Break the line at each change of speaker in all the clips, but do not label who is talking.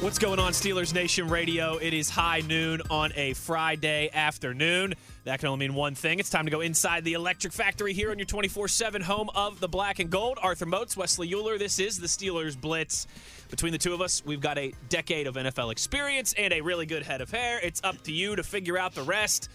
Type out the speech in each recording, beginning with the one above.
What's going on, Steelers Nation Radio? It is high noon on a Friday afternoon. That can only mean one thing. It's time to go inside the electric factory here on your 24 7 home of the black and gold. Arthur Moats, Wesley Euler. This is the Steelers Blitz. Between the two of us, we've got a decade of NFL experience and a really good head of hair. It's up to you to figure out the rest.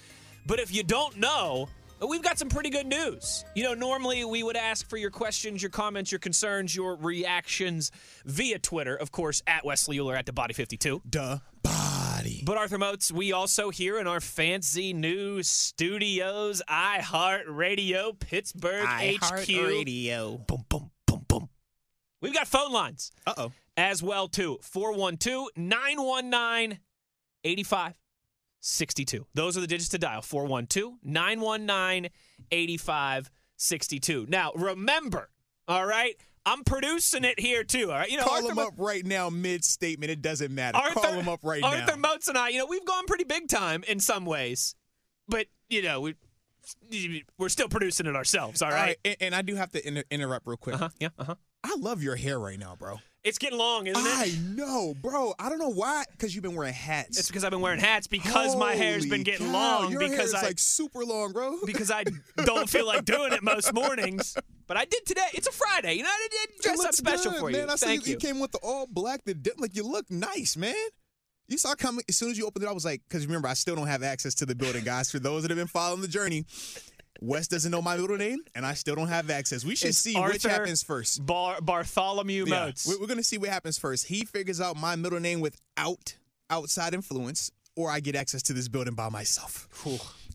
But if you don't know, we've got some pretty good news. You know, normally we would ask for your questions, your comments, your concerns, your reactions via Twitter, of course, at Wesley Euler at the Body 52.
the body.
But Arthur Motes, we also here in our fancy new studios, iHeartRadio, Pittsburgh HQ.
Radio. Boom, boom, boom, boom.
We've got phone lines
Uh oh.
as well too 412-919-8562 those are the digits to dial 412-919-8562 now remember all right i'm producing it here too all right you know
Call
Arthur
him
Mo-
up right now mid statement. It doesn't matter.
Arthur,
Call him up right
Arthur
now.
Motes and I, you know, we've gone pretty big time in some ways, but you know, we we're still producing it ourselves. All
All right.
right.
And, and I do have to inter- interrupt real quick.
Uh huh. Yeah. Uh huh.
I love your hair right now, bro.
It's getting long, isn't it?
I know, bro. I don't know why, because you've been wearing hats.
It's because I've been wearing hats because my hair's been
Holy
getting
cow,
long
your hair
because
is
I
like super long, bro.
because I don't feel like doing it most mornings. But I did today. It's a Friday. You know, I did
It
dress up
looks
special
good,
for
man.
you.
I see
Thank
you, came with the all black. The dip, like you look nice, man. You saw coming as soon as you opened it. I was like, because remember, I still don't have access to the building, guys. For those that have been following the journey, Wes doesn't know my middle name, and I still don't have access. We should
It's
see which
Arthur
happens first.
Bar- Bartholomew
Yeah.
Motes.
We- We're gonna see what happens first. He figures out my middle name without outside influence, or I get access to this building by myself.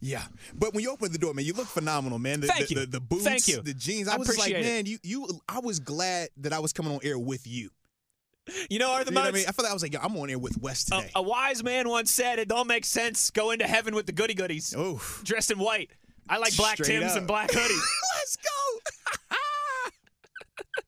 Yeah, but when you open the door, man, you look phenomenal, man. The,
Thank
the,
you.
The, the boots,
Thank you.
the jeans.
I
I, was just like,
appreciate it.
man, you, you. I was glad that I was coming on air with you.
You know, Arthur
You know what I
Motes,
mean? I felt like I was like, yo, I'm on air with West
a-
today.
a wise man once said, "It don't make sense go into heaven with the goody goodies."
Oh,
dressed in white. I like black
Straight
Tims
up.
and black hoodies.
let's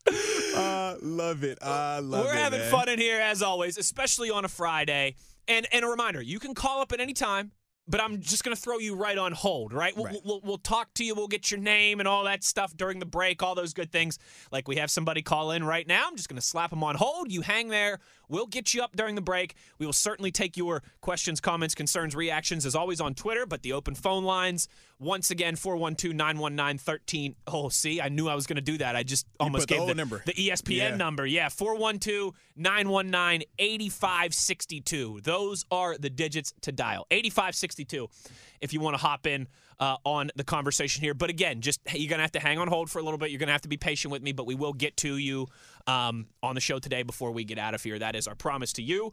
go. I love it. I love
We're
it.
having
man.
fun in here as always, especially on a Friday. And and a reminder, you can call up at any time, but I'm just going to throw you right on hold, right? We'll,
Right.
We'll, we'll talk to you, we'll get your name and all that stuff during the break, all those good things. Like we have somebody call in right now. I'm just going to slap them on hold. You hang there. We'll get you up during the break. We will certainly take your questions, comments, concerns, reactions as always on Twitter, but the open phone lines once again 412-919-13. Oh, see, I knew I was going to do that. I just almost
put the
gave
whole
the,
number.
the ESPN
Yeah.
number. Yeah, 412 919 8562. Those are the digits to dial. 8562 if you want to hop in uh, on the conversation here. But again, just you're going to have to hang on hold for a little bit. You're going to have to be patient with me, but we will get to you um, on the show today before we get out of here. That is our promise to you.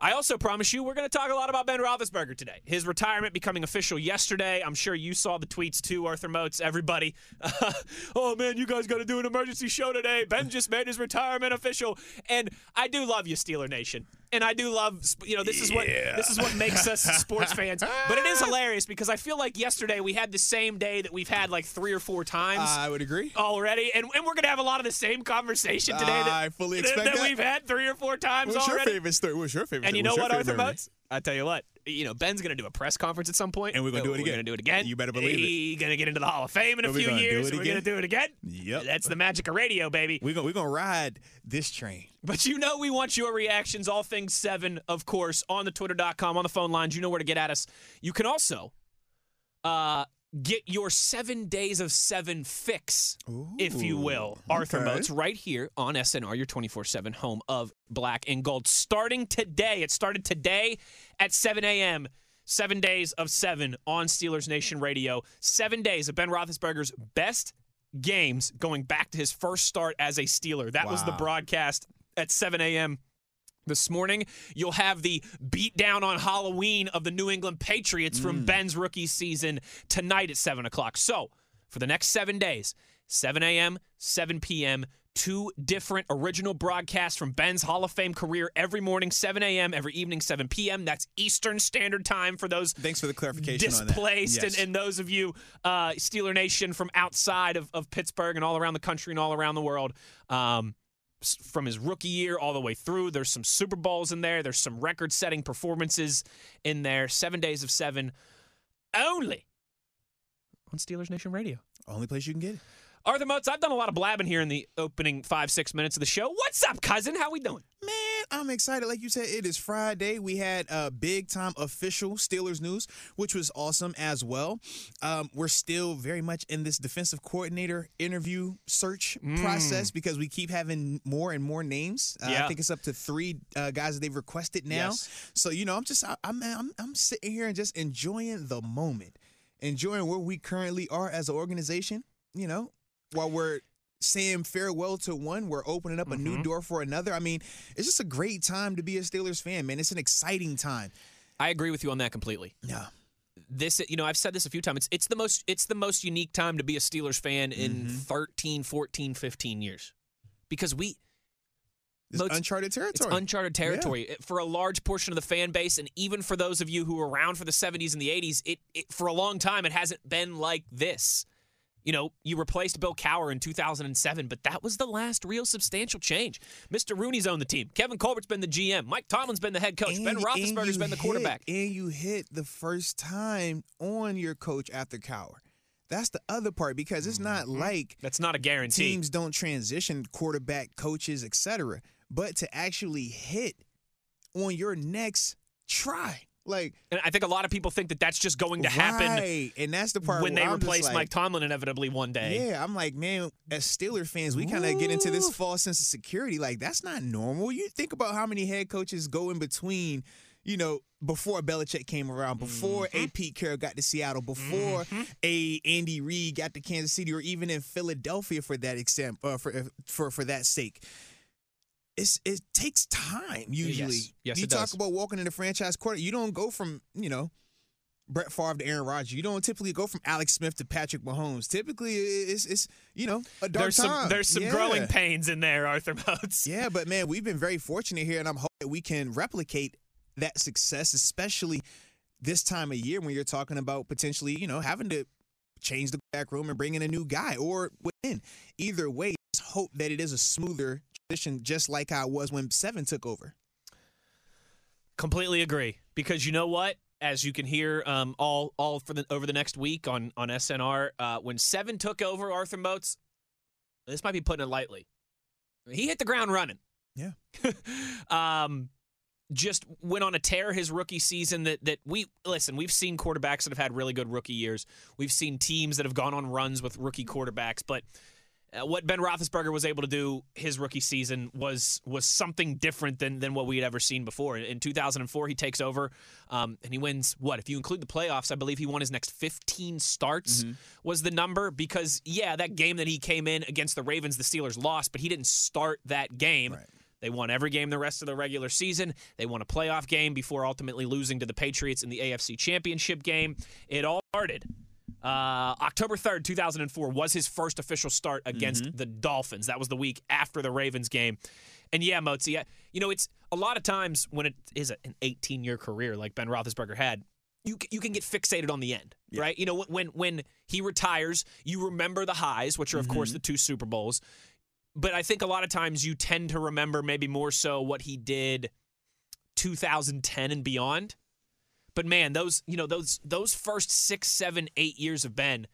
I also promise you we're going to talk a lot about Ben Roethlisberger today. His retirement becoming official yesterday. I'm sure you saw the tweets too, Arthur Motes, everybody. oh man, you guys got to do an emergency show today. Ben just made his retirement official, and I do love you, Steeler Nation, and I do love sp- you know this is what this is what makes us sports fans. But it is hilarious because I feel like yesterday we had the same day that we've had like three or four times.
I would agree.
Already, and, and we're gonna have a lot of the same conversation today that,
I fully
that-
expect
that
that.
we've had three or four times
What's your
already.
favorite story? What's your favorite?
And you
story?
know
What's your favorite
what, Arthur
memory?
Motes? I tell you what, you know Ben's gonna do a press conference at some point,
And we're gonna do it again.
We're gonna do it again.
You better believe it.
He's gonna get into the Hall of Fame in a
And we're
few
gonna do
years.
it
and We're gonna
again.
do it again.
Yep.
that's the magic of radio, baby.
We're gonna we're gonna ride this train.
But you know we want your reactions, all things seven, of course, on the twitter.com, on the phone lines. You know where to get at us. You can also uh, get your seven days of seven fix, if you will,
Ooh,
Arthur
okay.
Motes, right here on SNR, your 24 7 home of black and gold. Starting today, it started today at 7 a.m. Seven days of seven on Steelers Nation Radio. Seven days of Ben Roethlisberger's best games going back to his first start as a Steeler. That was the
Wow.
broadcast at 7 a.m. this morning. You'll have the beatdown on Halloween of the New England Patriots from Ben's rookie season tonight at 7 o'clock. So, for the next seven days, 7 a.m., 7 p.m., two different original broadcasts from Ben's Hall of Fame career every morning, 7 a.m., every evening, 7 p.m. That's Eastern Standard Time for those
Thanks for the clarification
displaced
on that. Yes.
and, and those of you uh, Steeler Nation from outside of, of Pittsburgh and all around the country and all around the world. Um, s- from his rookie year all the way through, there's some Super Bowls in there. There's some record-setting performances in there. Seven days of seven, only on Steelers Nation Radio.
only place you can get it.
Arthur Motz, I've done a lot of blabbing here in the opening five six minutes of the show. What's up, cousin? How we doing?
Man, I'm excited. Like you said, it is Friday. We had uh, big time official Steelers news, which was awesome as well. Um, we're still very much in this defensive coordinator interview search process because we keep having more and more names. Uh,
Yeah.
I think it's up to three uh, guys that they've requested now.
Yes.
So you know, I'm just I, I'm, I'm I'm sitting here and just enjoying the moment, enjoying where we currently are as an organization. You know, while we're saying farewell to one, we're opening up a
Mm-hmm.
new door for another. I mean, it's just a great time to be a Steelers fan, man. It's an exciting time.
I agree with you on that completely.
Yeah.
this you know i've said this a few times it's, it's the most it's the most unique time to be a steelers fan in
Mm-hmm.
thirteen, fourteen, fifteen 13 14 15 years because we
It's
Let's-
uncharted
it's
territory.
uncharted territory It- for a large portion of the fan base and even for those of you who were around for the 70s and the 80s it, it for a long time it hasn't been like this you know you replaced bill cower in 2007 but that was the last real substantial change mr rooney's owned the team kevin colbert's been the gm mike tomlin's been the head coach ben
And- and
roethlisberger's
you
been the quarterback
Hit, and you hit the first time on your coach after Cower. That's the other part because it's not
Mm-hmm.
like
that's not a guarantee
teams don't transition quarterback coaches etc but to actually hit on your next try like
and i think a lot of people think that that's just going to happen
right. and that's the part
when
where
they
I'm just
replace
like,
Mike Tomlin inevitably one day.
yeah i'm like man as steeler fans we kind of get into this
Ooh.
false sense of security like that's not normal you think about how many head coaches go in between you know, before Belichick came around, before
Mm-hmm.
a Pete Carroll got to Seattle, before a Andy Reid got to Kansas City, or even in Philadelphia for that extent, uh, for for for that sake, it's it takes time usually.
Yes,
you
it
talk
does.
about walking in the franchise quarter. You don't go from you know Brett Favre to Aaron Rodgers. You don't typically go from Alex Smith to Patrick Mahomes. Typically, i- it's it's you know a dark
There's
time.
some there's some
Yeah.
growing pains in there, Arthur Motes.
Yeah, but man, we've been very fortunate here, and I'm hoping we can replicate that success, especially this time of year when you're talking about potentially, you know, having to change the back room and bring in a new guy or within. Either way, just hope that it is a smoother transition, just like how it was when Seven took over.
Completely agree. Because you know what? As you can hear, um, all all for the over the next week on on SNR, uh, when Seven took over Arthur Motes, this might be putting it lightly. He hit the ground running.
Yeah.
um, just went on a tear his rookie season that that we listen, we've seen quarterbacks that have had really good rookie years. We've seen teams that have gone on runs with rookie quarterbacks, but uh, what Ben Roethlisberger was able to do his rookie season was was something different than than what we had ever seen before. In, in 2004, he takes over um, and he wins what? If you include the playoffs, I believe he won his next 15 starts was the number because yeah, that game that he came in against the Ravens, the Steelers lost, but he didn't start that game.
Right.
They won every game the rest of the regular season. They won a playoff game before ultimately losing to the Patriots in the AFC Championship game. It all started. Uh, October 3rd, 2004 was his first official start against the Dolphins. That was the week after the Ravens game. And yeah, Motzi, I- you know, it's a lot of times when it is a- an 18 year career like Ben Roethlisberger had, you, c- you can get fixated on the end, right? You know, when, when he retires, you remember the highs, which are, of course, the two Super Bowls but I think a lot of times you tend to remember maybe more so what he did 2010 and beyond. But man, those you know those those first six, seven, eight years of Ben,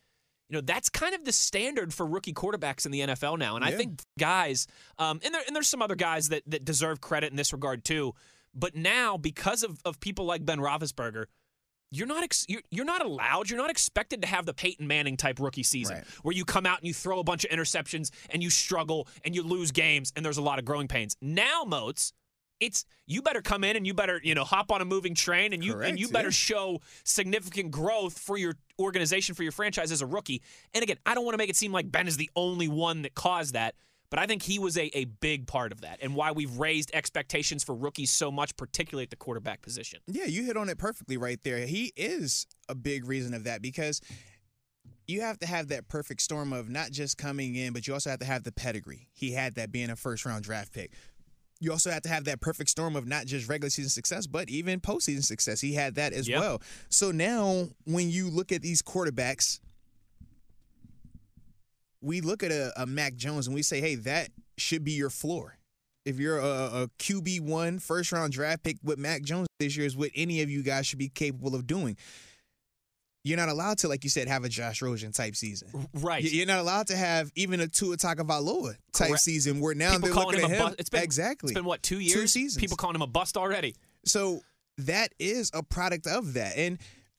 you know that's kind of the standard for rookie quarterbacks in the NFL now. And I
Yeah.
think guys, um, and there and there's some other guys that that deserve credit in this regard too. But now because of of people like Ben Roethlisberger, you're not ex- you're, you're not allowed you're not expected to have the Peyton Manning type rookie season
Right.
where you come out and you throw a bunch of interceptions and you struggle and you lose games and there's a lot of growing pains. Now Moats, it's you better come in and you better you know hop on a moving train and you and
Correct,
you better
yeah.
show significant growth for your organization for your franchise as a rookie. And again, I don't want to make it seem like Ben is the only one that caused that, But I think he was a, a big part of that and why we've raised expectations for rookies so much, particularly at the quarterback position.
Yeah, you hit on it perfectly right there. He is a big reason of that because you have to have that perfect storm of not just coming in, but you also have to have the pedigree. He had that being a first round draft pick. You also have to have that perfect storm of not just regular season success, but even postseason success. He had that as
Yep.
well. So now when you look at these quarterbacks, we look at a, a Mac Jones and we say, hey, that should be your floor. If you're a, a QB1 first round draft pick with Mac Jones this year, is what any of you guys should be capable of doing. You're not allowed to, like you said, have a Josh Rosen type season.
Right.
Y- You're not allowed to have even a Tua Tagovailoa type
Correct.
season where now
People
they're
calling
looking
him a
at him.
bust. It's been
exactly.
It's been what two years?
seasons.
People calling him a bust already.
So that is a product of that. And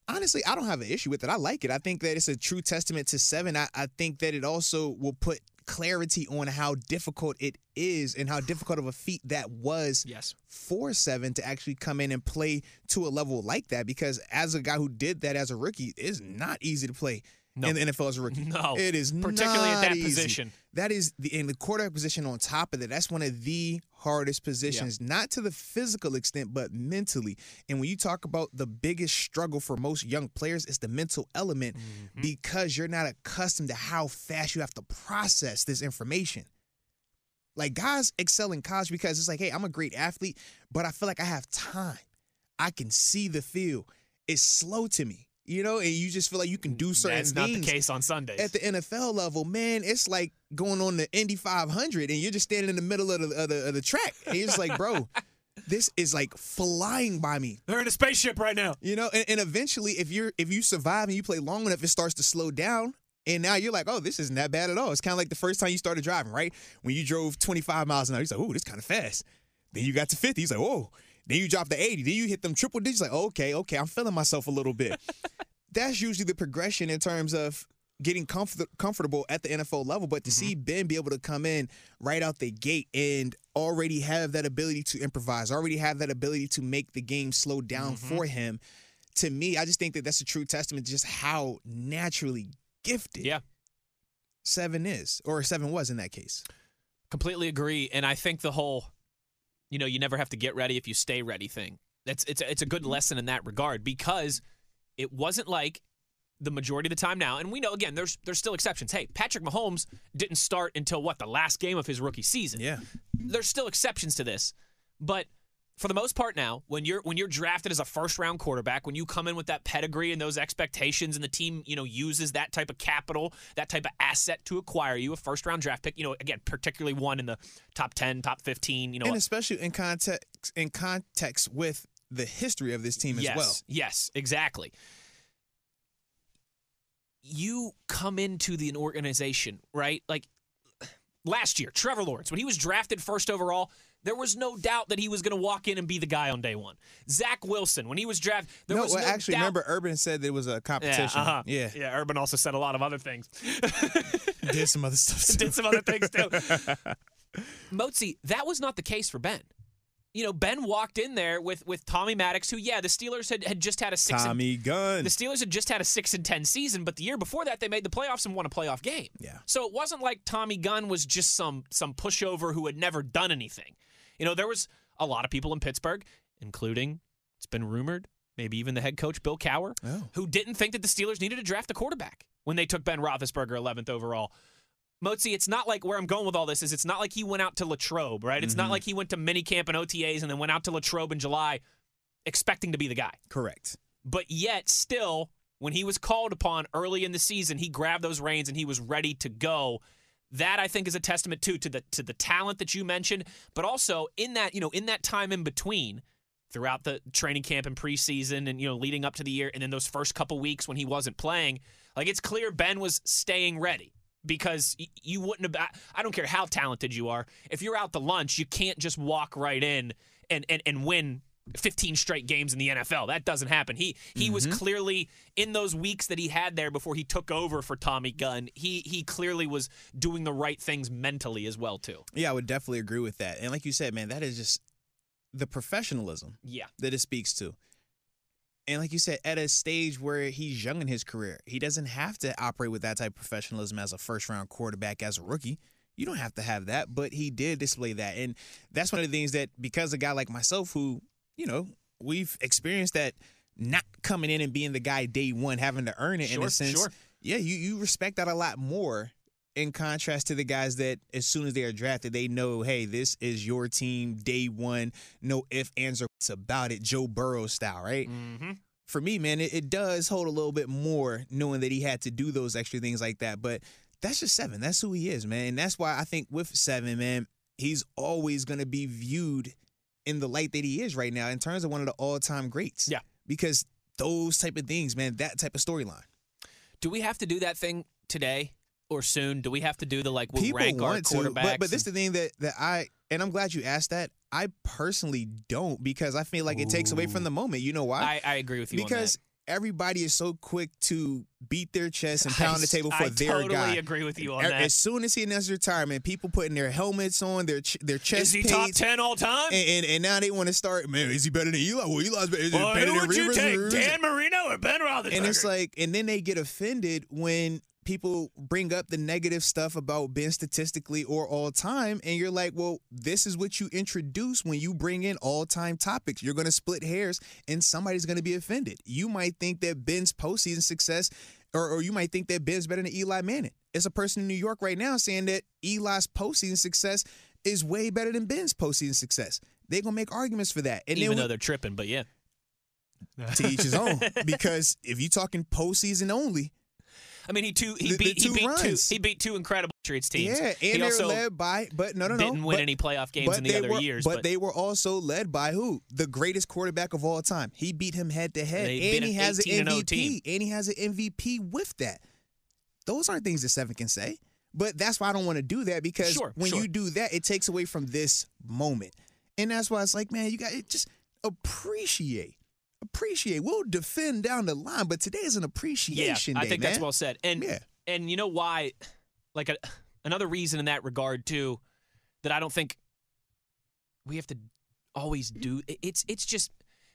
honestly, I don't have an issue with it. I like it. I think that it's a true testament to seven. I, I think that it also will put clarity on how difficult it is and how difficult of a feat that was
Yes.
for seven to actually come in and play to a level like that because as a guy who did that as a rookie it's not easy to play
No.
in the NFL as a rookie
No.
it is
Particularly at
not
that
easy.
position.
That is the in the quarterback position on top of that. That's one of the hardest positions, not to the physical extent, but mentally. And when you talk about the biggest struggle for most young players is the mental element
Mm-hmm.
because you're not accustomed to how fast you have to process this information. Like guys excel in college because it's like, hey, I'm a great athlete, but I feel like I have time. I can see the field. It's slow to me. You know, and you just feel like you can do certain
Mm, That's not
things
the case on Sundays.
at the NFL level, man, it's like going on the Indy 500 and you're just standing in the middle of the of the, of the track. And you're just like, bro, this is like flying by me.
They're in a spaceship right now.
You know, and, and eventually, if you're if you survive and you play long enough, it starts to slow down. And now you're like, oh, this isn't that bad at all. It's kind of like the first time you started driving, right? When you drove 25 miles an hour, you're like, oh, this kind of fast. Then you got to 50, he's like, whoa. Then you drop to 80. Then you hit them triple digits, like, okay, okay, I'm feeling myself a little bit. That's usually the progression in terms of getting comfort- comfortable at the NFL level. But to see Ben be able to come in right out the gate and already have that ability to improvise, already have that ability to make the game slow down for him to me, I just think that that's a true testament to just how naturally gifted
Yeah.
seven is, or seven was in that case.
Completely agree, and I think the whole, you know, you never have to get ready if you stay ready thing. That's it's a- it's a good lesson in that regard because it wasn't like the majority of the time now, and we know again there's there's still exceptions. Hey, Patrick Mahomes didn't start until what the last game of his rookie season. There's still exceptions to this, but for the most part now, when you're when you're drafted as a first round quarterback, when you come in with that pedigree and those expectations, and the team you know uses that type of capital, that type of asset to acquire you, a first round draft pick, you know, again, particularly one in the top ten, top fifteen, you know,
and especially in context in context with the history of this team
yes,
as well.
Yes, exactly. You come into the an organization, right? Like last year, Trevor Lawrence, when he was drafted first overall, there was no doubt that he was going to walk in and be the guy on day one. Zach Wilson, when he was drafted, there
no,
was
well,
no
actually,
doubt.
remember Urban said there was a
yeah,
competition.
uh-huh.
Yeah,
yeah. Urban also said a lot of other things.
did some other stuff.
did some other things too. Motzi, that was not the case for Ben. You know, Ben walked in there with with Tommy Maddox, who yeah, the Steelers had, had just had a six and,
Tommy Gunn.
the Steelers had just had a six and ten season, but the year before that they made the playoffs and won a playoff game.
Yeah.
So it wasn't like Tommy Gunn was just some some pushover who had never done anything. You know, there was a lot of people in Pittsburgh, including it's been rumored, maybe even the head coach Bill Cower,
Oh.
who didn't think that the Steelers needed to draft a quarterback when they took Ben Roethlisberger 11th overall. Motzi, it's not like where I'm going with all this is it's not like he went out to Latrobe, right? It's not like he went to minicamp and OTAs and then went out to Latrobe in July expecting to be the guy
Correct.
but yet still when he was called upon early in the season he grabbed those reins and he was ready to go that i think is a testament too to the to the talent that you mentioned but also in that you know in that time in between throughout the training camp and preseason and you know leading up to the year and then those first couple weeks when he wasn't playing like it's clear ben was staying ready because y- you wouldn't have I- i don't care how talented you are if you're out to lunch you can't just walk right in and and, and win 15 straight games in the NFL. That doesn't happen. He he was clearly in those weeks that he had there before he took over for Tommy Gunn. He he clearly was doing the right things mentally as well too.
Yeah, I would definitely agree with that. And like you said, man, that is just the professionalism.
Yeah.
that it speaks to. And like you said, at a stage where he's young in his career, he doesn't have to operate with that type of professionalism as a first round quarterback as a rookie. You don't have to have that, but he did display that. And that's one of the things that because a guy like myself who, you know, we've experienced that not coming in and being the guy day one, having to earn it in
Sure,
a sense.
sure.
Yeah, you, you respect that a lot more in contrast to the guys that as soon as they are drafted, they know, hey, this is your team day one. No if, ands, or buts about it, Joe Burrow style, right?
Mm-hmm.
for me, man, it, it does hold a little bit more knowing that he had to do those extra things like that. But that's just seven. That's who he is, man. And that's why I think with seven, man, he's always going to be viewed in the light that he is right now in terms of one of the all time greats.
Yeah.
Because those type of things, man, that type of storyline.
Do we have to do that thing today or soon? Do we have to do the like we'll
People
rank our
want to,
quarterbacks?
but, but this is
and-
the thing that, that I, and I'm glad you asked that. I personally don't because I feel like it takes away from the moment. You know why?
I, I agree with you on that.
because everybody is so quick to beat their chest and pound
I
the
s-
table for
I
their
totally
guy.
agree with you on
A-
that.
As soon as he announced retirement, people putting their helmets on, their ch- their chest
Is he
plates,
top ten all time?
And, and and now they want to start. Man, is he better than Eli? Well, Eli's better. Is he
Well,
better
who
than
would you
Rivers?
take,
Rivers-
Dan Marino or Ben Roethlisberger?
and it's like, and then they get offended when people bring up the negative stuff about Ben statistically or all time, and you're like, well, this is what you introduce when you bring in all time topics. You're going to split hairs, and somebody's going to be offended. You might think that Ben's postseason success, or, or you might think that Ben's better than Eli Manning. It's a person in New York right now saying that Eli's postseason success is way better than Ben's postseason success. They're gonna make arguments for that, and then
even
we-
though they're tripping, but yeah,
to each his own. Because if you're talking postseason only,
I mean he two he
The- the
beat
two
he beat
runs.
two he beat two incredible Patriots teams.
Yeah,
he
and they were
also
led by, but no, no, no,
didn't win
oh, but-
any playoff games
but
in the
they
other
were-
years.
But, they were also led by who? The greatest quarterback of all time. He beat him head to head,
They
and
beat
he
an
has an
18 and 0
MVP, and he has an MVP with that. Those aren't things that seven can say. But that's why I don't want to do that because
Sure,
when
sure.
you do that, it takes away from this moment, and that's why it's like, man, you got to just appreciate. Appreciate. We'll defend down the line, but today is an
yeah,
appreciation
I
day,
think that's
man.
well said. And
Yeah.
and you know why? Like a, another reason in that regard too, that I don't think we have to always do. it- It's it's just.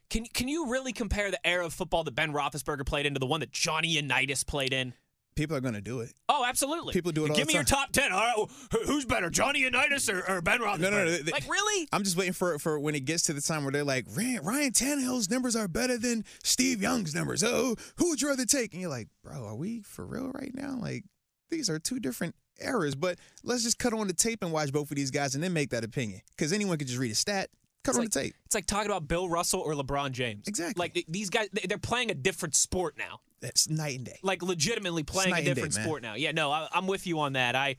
Can, can you really compare the era of football that Ben Roethlisberger played into the one that Johnny Unitas played in?
People are going to do it.
Oh, absolutely.
People do it all
Give
the
me your
time.
top ten. All right, well, who- who's better, Johnny Unitas or, or Ben Roethlisberger?
no, no, they-
like really?
I'm just waiting for for when it gets to the time where they're like, Ryan, Ryan Tannehill's numbers are better than Steve Young's numbers. Oh, who would you rather take? And you're like, bro, are we for real right now? Like, these are two different eras, but let's just cut on the tape and watch both of these guys and then make that opinion. Because anyone could just read a stat, cut
It's
on
like-
the tape.
It's like talking about Bill Russell or LeBron James.
Exactly.
Like th- these guys, they- they're playing a different sport now.
That's night and day.
Like legitimately playing
night
a
and day,
different
man.
sport now. Yeah, no, I, I'm with you on that. I,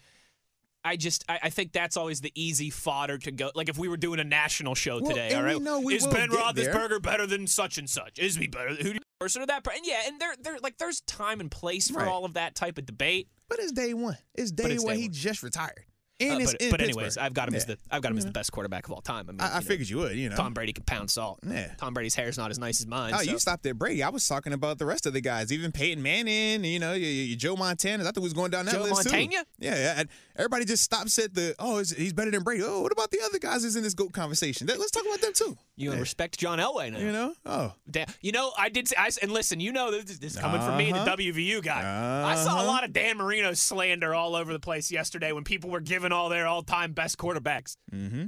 I just, I, I think that's always the easy fodder to go. Like if we were doing a national show
Well,
today,
and
all right?
we know we
is
will
Ben
get there.
Roethlisberger better than such and such? Is he better? Who do you person or that person? Yeah, and there, there, like there's time and place for
Right.
all of that type of debate.
But it's day one. It's day
it's
one.
day
He
one.
just retired. And
Uh,
it's
but
in
but anyways,
Pittsburgh.
I've got him as
Yeah.
the I've got him as the best quarterback of all time. I, mean,
I, I
you know,
figured you would, you know.
Tom Brady can pound salt.
Yeah.
Tom Brady's hair is not as nice as mine.
Oh,
so-
you stopped at Brady. I was talking about the rest of the guys, even Peyton Manning. You know, your, your Joe Montana. I thought we was going down that
Joe
list too.
Montana?
Yeah, yeah. and everybody just stops at the. Oh, is, he's better than Brady. Oh, what about the other guys? Is in this goat conversation? Let- Let's talk about them too.
You respect John Elway now.
You know. Oh,
Da- You know, I did. Say, I, s- and listen, you know, this, this is coming from me, the
Uh-huh.
WVU guy. I saw a
Uh-huh.
lot of Dan Marino slander all over the place yesterday when people were giving all their all-time best quarterbacks.
mm-hmm.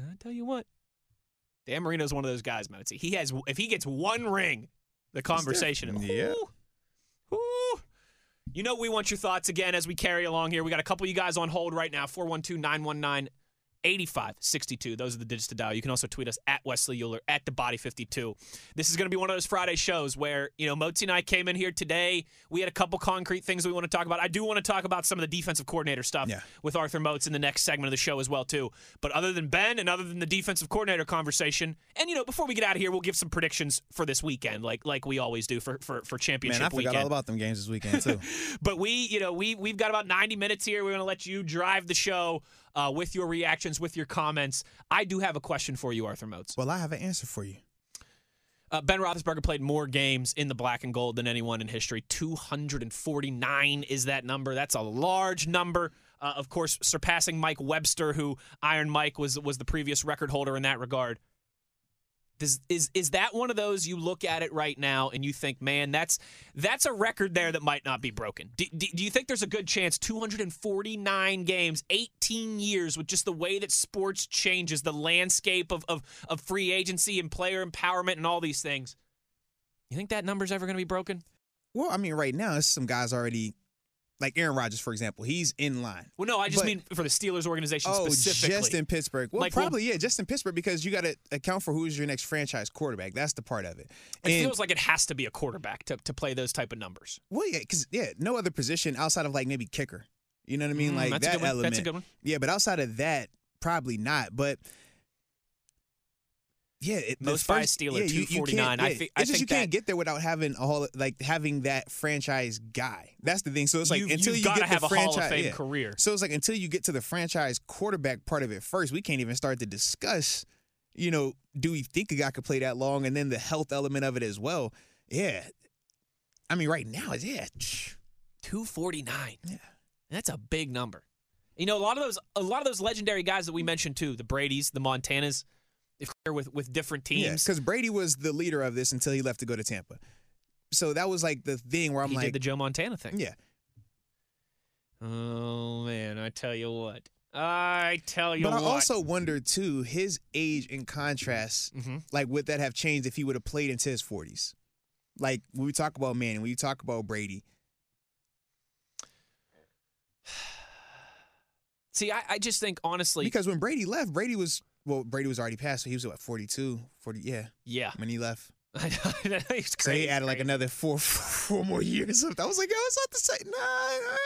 I tell you what, Dan Marino's one of those guys, Motsy. He has if he gets one ring, the conversation.
Yeah.
Ooh, ooh. You know, we want your thoughts again as we carry along here. We got a couple of you guys on hold right now 412 919 8562. Those are the digits to dial. You can also tweet us at Wesley Euler at the Body 52. This is going to be one of those Friday shows where, you know, Mozi and I came in here today. We had a couple concrete things we want to talk about. I do want to talk about some of the defensive coordinator stuff
Yeah.
with Arthur Motes in the next segment of the show as well too. But other than Ben and other than the defensive coordinator conversation, and you know, before we get out of here, we'll give some predictions for this weekend, like like we always do for for, for championship
Man, I forgot
weekend.
all about them games this weekend too.
But we, you know, we we've got about 90 minutes here. We're going to let you drive the show uh, with your reactions, with your comments. I do have a question for you, Arthur Motes.
well, I have an answer for you.
Uh, ben Roethlisberger played more games in the black and gold than anyone in history. 249 is that number. That's a large number. Uh, of course, surpassing Mike Webster, who Iron Mike was was the previous record holder in that regard. Does, is is that one of those you look at it right now and you think, man, that's that's a record there that might not be broken? Do, do, do you think there's a good chance 249 games, 18 years, with just the way that sports changes, the landscape of of, of free agency and player empowerment and all these things? You think that number's ever going to be broken?
Well, I mean, right now, it's some guys already, like Aaron Rodgers, for example. He's in line.
Well, no, I just
But-
mean for the Steelers organization
Oh,
specifically.
just in Pittsburgh. Well,
Like, well-
probably yeah, just in Pittsburgh because you got to account for who's your next franchise quarterback. That's the part of it.
it
And-
feels like it has to be a quarterback to, to play those type of numbers.
Well, yeah, because yeah, no other position outside of like maybe kicker. You know what I mean?
Mm,
like
that's a
that
good one. That's a
element.
good one.
Yeah, but outside of that, probably not. But yeah, it, the
Most by
first-
Steeler,
yeah, you- you
249.
can't-
I
yeah,
thi-
it's
I
just
think
you can't
that-
get there without having a whole like having that franchise guy. That's the thing. So it's like
You've-
until
you've
you
gotta
get
have
the
a Hall of
franchise
Fame
yeah.
career.
So it's like until you get to the franchise quarterback part of it first, we can't even start to discuss. You know, do we think a guy could play that long, and then the health element of it as well? Yeah, I mean, right now, it's yeah.
249. Yeah. That's a big number. You know, a lot of those a lot of those legendary guys that we mentioned too, the Brady's, the Montanas, if they're with with different teams.
because Brady was the leader of this until he left to go to Tampa. So that was like the thing where I'm
he
like,
did the Joe Montana thing.
yeah,
Oh man, I tell you what. I tell you
but I
what.
also wonder too his age in contrast,
Mhm.
like would that have changed if he would have played into his 40s? Like when we talk about Manning, when you talk about Brady,
See, I, I just think honestly
because when Brady left, Brady was well, Brady was already passed, so he was what 42, 40, yeah,
Yeah.
when he left.
it's
So he
crazy,
added like
crazy.
another four, four more years. Of, I was like, yo, it's not the same. Nah, nah.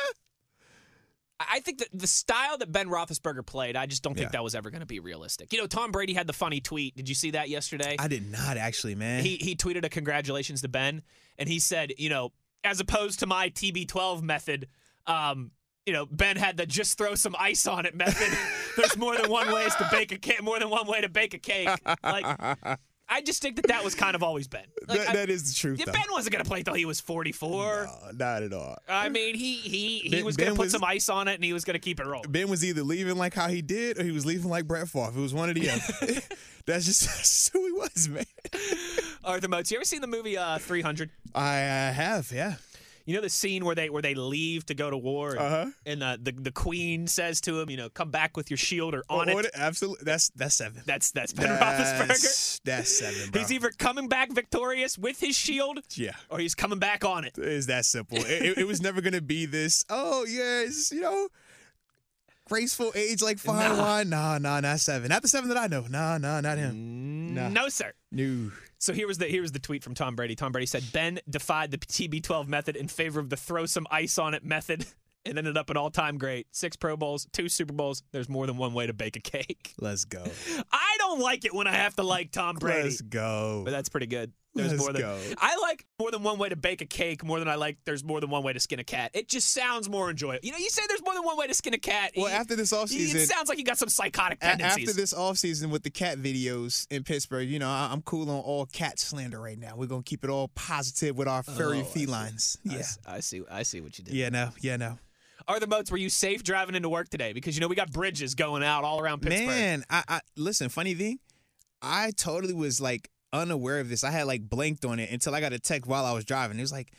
I think that the style that Ben Roethlisberger played, I just don't think
Yeah.
that was ever going to be realistic. You know, Tom Brady had the funny tweet. Did you see that yesterday?
I did not actually, man.
he he tweeted a congratulations to Ben, and he said, you know, as opposed to my TB12 method, um, you know, Ben had the just throw some ice on it method. There's more than one ways to bake a cake. More than one way to bake a cake. Like, I just think that that was kind of always Ben. Like,
That-
I-
that is the truth.
yeah,
though.
Ben wasn't gonna play till he was 44.
No, not at all.
I mean, he he he
Ben-
was gonna
Ben
put
was-
some ice on it, and he was gonna keep it rolling.
Ben was either leaving like how he did, or he was leaving like Brett Favre. It was one or the other. that's just that's who he was, man.
Arthur Motes, you ever seen the movie uh, 300?
I, I have, yeah.
You know the scene where they where they leave to go to war, and,
Uh-huh.
and uh, the the queen says to him, you know, come back with your shield or on
Oh,
it.
what- Absolutely. That's that's seven.
That's that's Ben Roethlisberger.
that's, that's seven, bro.
He's either coming back victorious with his shield,
yeah.
or he's coming back on it.
It's that simple. It, it, it was never gonna be this. Oh yes, you know, graceful age like fine wine. Nah, nah, not seven. Not the seven that I know. Nah, nah, not him. Nah.
No, sir.
No.
So here was the here was the tweet from Tom Brady. Tom Brady said Ben defied the TB12 method in favor of the throw some ice on it method, and ended up an all time great. Six Pro Bowls, two Super Bowls. There's more than one way to bake a cake.
Let's go.
I don't like it when I have to like Tom Brady.
Let's go.
but that's pretty good. There's
Let's
more than
go.
I like more than one way to bake a cake more than I like there's more than one way to skin a cat. It just sounds more enjoyable. You know, you say there's more than one way to skin a cat.
Well,
you-
after this offseason-
it sounds like you got some psychotic
A-
tendencies.
After this offseason with the cat videos in Pittsburgh, you know, I- I'm cool on all cat slander right now. We're going to keep it all positive with our furry felines.
I
Yeah.
s- I see. I see what you did.
Yeah, no. Yeah, no.
Are the moats? Were you safe driving into work today? Because you know we got bridges going out all around Pittsburgh.
Man, I, I listen, funny thing, I totally was like unaware of this. I had like blanked on it until I got a text while I was driving. It was like,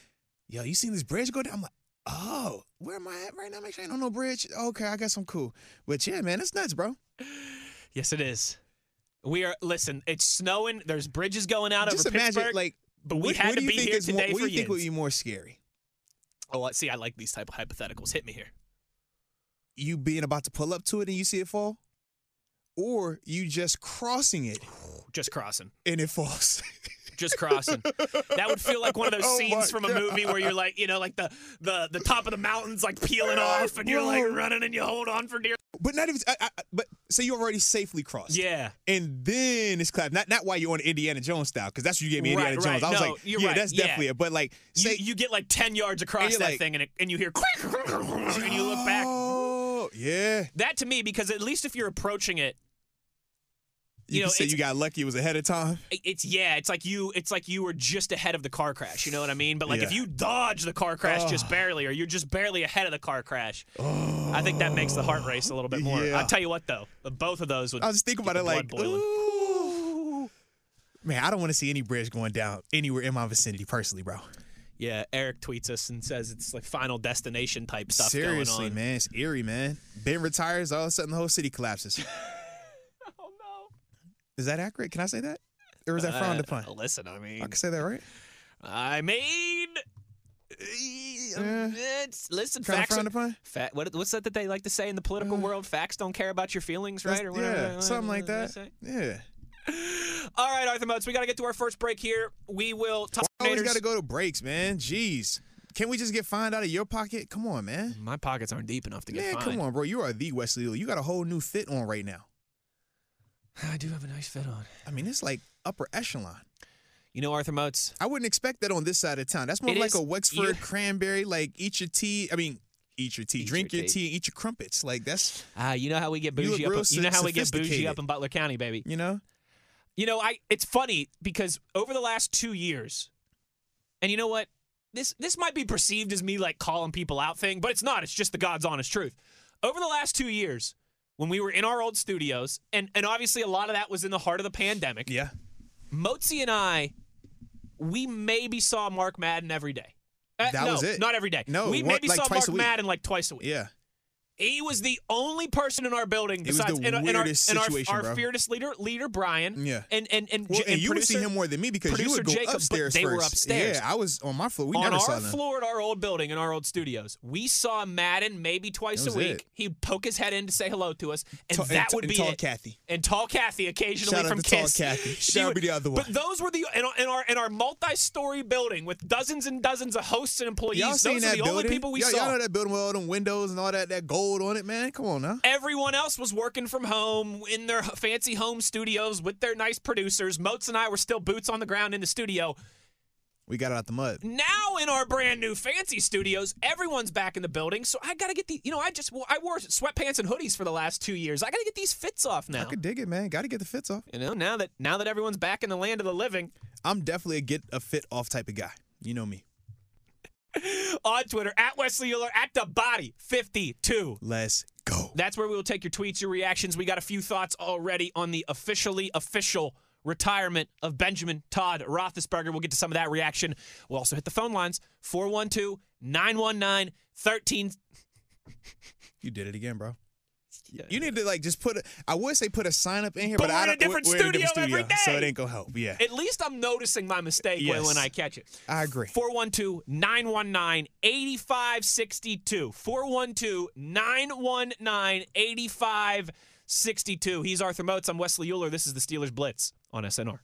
yo, you seen this bridge go down? I'm like, oh, where am I at right now? Make sure I ain't on no bridge. Okay, I guess I'm cool. But yeah, man, it's nuts, bro.
Yes, it is. We are. Listen, it's snowing. There's bridges going out
Just
over
imagine,
Pittsburgh.
like,
but we
what,
had
what
to
do you
be
think
here
is more,
today
What
for
do you think would
Yinz.
be more scary?
Oh, I- see, I like these type of hypotheticals. Hit me here.
you being about to pull up to it and you see it fall, or you just crossing it
Just crossing.
and it falls.
just crossing. That would feel like one of those
Oh my
scenes from a movie where you're like, you know, like the the the top of the mountains like peeling off, and you're like
Bro.
running and you hold on for dear.
but not even. I, I, but so you already safely crossed.
Yeah.
And then it's clapped. Not not why you're on Indiana Jones style, because that's what you gave me
Right,
Indiana
right.
Jones. I was
No,
like,
you're
yeah,
right.
that's
Yeah.
definitely it. But like,
You,
say,
you get like ten yards across
you're
that
like-
thing, and it, and you hear and you look back.
Oh yeah.
That to me, because at least if you're approaching it,
You,
You know,
can say
it's-
you got lucky. It was ahead of time.
it- it's yeah, it's like you, it's like you were just ahead of the car crash. You know what I mean? But like if
Yeah.
you dodge the car crash just
Oh.
barely, or you're just barely ahead of the car crash, I think that makes the heart race a little bit more.
Yeah.
I tell you what, though, both of those would.
I was thinking
get
about it
the blood
like,
boiling.
ooh. Man, I don't want to see any bridge going down anywhere in my vicinity, personally, bro.
Yeah, Eric tweets us and says it's like Final Destination type stuff
Seriously,
going on.
man, it's eerie, man. Ben retires, all of a sudden the whole city collapses.
Oh no!
Is that accurate? Can I say that? Or is that frowned upon?
Uh, listen, I mean,
I can say that, right?
I mean, it's, listen,
Kind of
facts.
frowned upon. Uh,
Fa- what, what's that that they like to say in the political world? Facts don't care about your feelings, right?
That's-
Or whatever.
yeah,
what-
something like
what they
that.
say.
Yeah.
All right, Arthur Motes, we got to get to our first break here. We will talk.
I always got to go to breaks, man. Jeez. Can we just get fined out of your pocket? Come on, man.
My pockets aren't deep enough to Mm-hmm. get
Man,
fined.
come on, bro. You are the Wesley Lou. You got a whole new fit on right now.
I do have a nice fit on.
I mean, it's like upper echelon.
You know, Arthur Motes,
I wouldn't expect that on this side of town. That's more
It
like
is-
a Wexford
you-
cranberry, like eat your tea. I mean, eat your tea,
Eat
drink
your
your,
tea.
tea. and eat your crumpets. Like that's,
uh, you know how we get
You look
bougie up.
real
you know how we get bougie
sophisticated.
up in Butler County, baby.
you know,
You know, I it's funny because over the last two years, and you know what? This this might be perceived as me like calling people out thing, but it's not. It's just the God's honest truth. Over the last two years, when we were in our old studios, and and obviously a lot of that was in the heart of the pandemic.
yeah.
Motzi and I, we maybe saw Mark Madden every day. Uh,
That
no,
was it.
Not every day.
No,
we
one-
maybe
like
saw
twice
Mark
a week.
Madden like twice a week.
Yeah,
He was the only person in our building
was
besides
the
and, and
weirdest
our, and
situation,
our, our
bro.
fearless leader leader Brian.
Yeah.
And and and,
well,
J-
and, you would see
producer-
him more than me because you
producer
would go
Jacob, but
upstairs.
they were
first.
upstairs.
Yeah, I was on my floor. We
on
never
our
saw them.
floor at our old building in our old studios. We saw Madden maybe twice
That
a
was
week.
it.
He'd poke his head in to say hello to us, and
Ta- and
that
ta-
would
and
be
tall
it.
Kathy.
and tall Kathy occasionally
Shout out
from
to tall
Kiss.
Kathy. That
She
would
would-
be the other one.
But those were the in our in our, in our multi-story building with dozens and dozens of hosts and employees.
Y'all
those
seen
are
that
the
building?
only people we
y'all,
saw.
y'all know that building with all them windows and all that that gold on it, man. Come on now.
Everyone else was working from home in their fancy home studios with their nice producers. Moats and I were still boots on the ground in the studio.
We got it out the mud.
Now in our brand new fancy studios, everyone's back in the building. So I got to get the, you know, I just I wore sweatpants and hoodies for the last 2 years. I got to get these fits off now.
I could dig it, man. Got to get the fits off.
you know, now that now that everyone's back in the land of the living,
I'm definitely a get a fit off type of guy. You know me.
on Twitter at Wesley Euler at the body 52.
Let's go.
That's where we will take your tweets, your reactions. We got a few thoughts already on the officially official retirement of Benjamin Todd Roethlisberger. We'll get to some of that reaction. We'll also hit the phone lines 412 919 13.
You did it again, bro. You need to like just put. A, I would say put a sign up in here,
But
but,
we're
I
in a
don't-
different
we're in a different
studio every
so it
day.
ain't gonna help. Yeah,
At least I'm noticing my mistake when-
Yes.
when I catch it.
I agree.
412 919 8562. 412 919 8562. He's Arthur Motes. I'm Wesley Euler. This is the Steelers Blitz on SNR.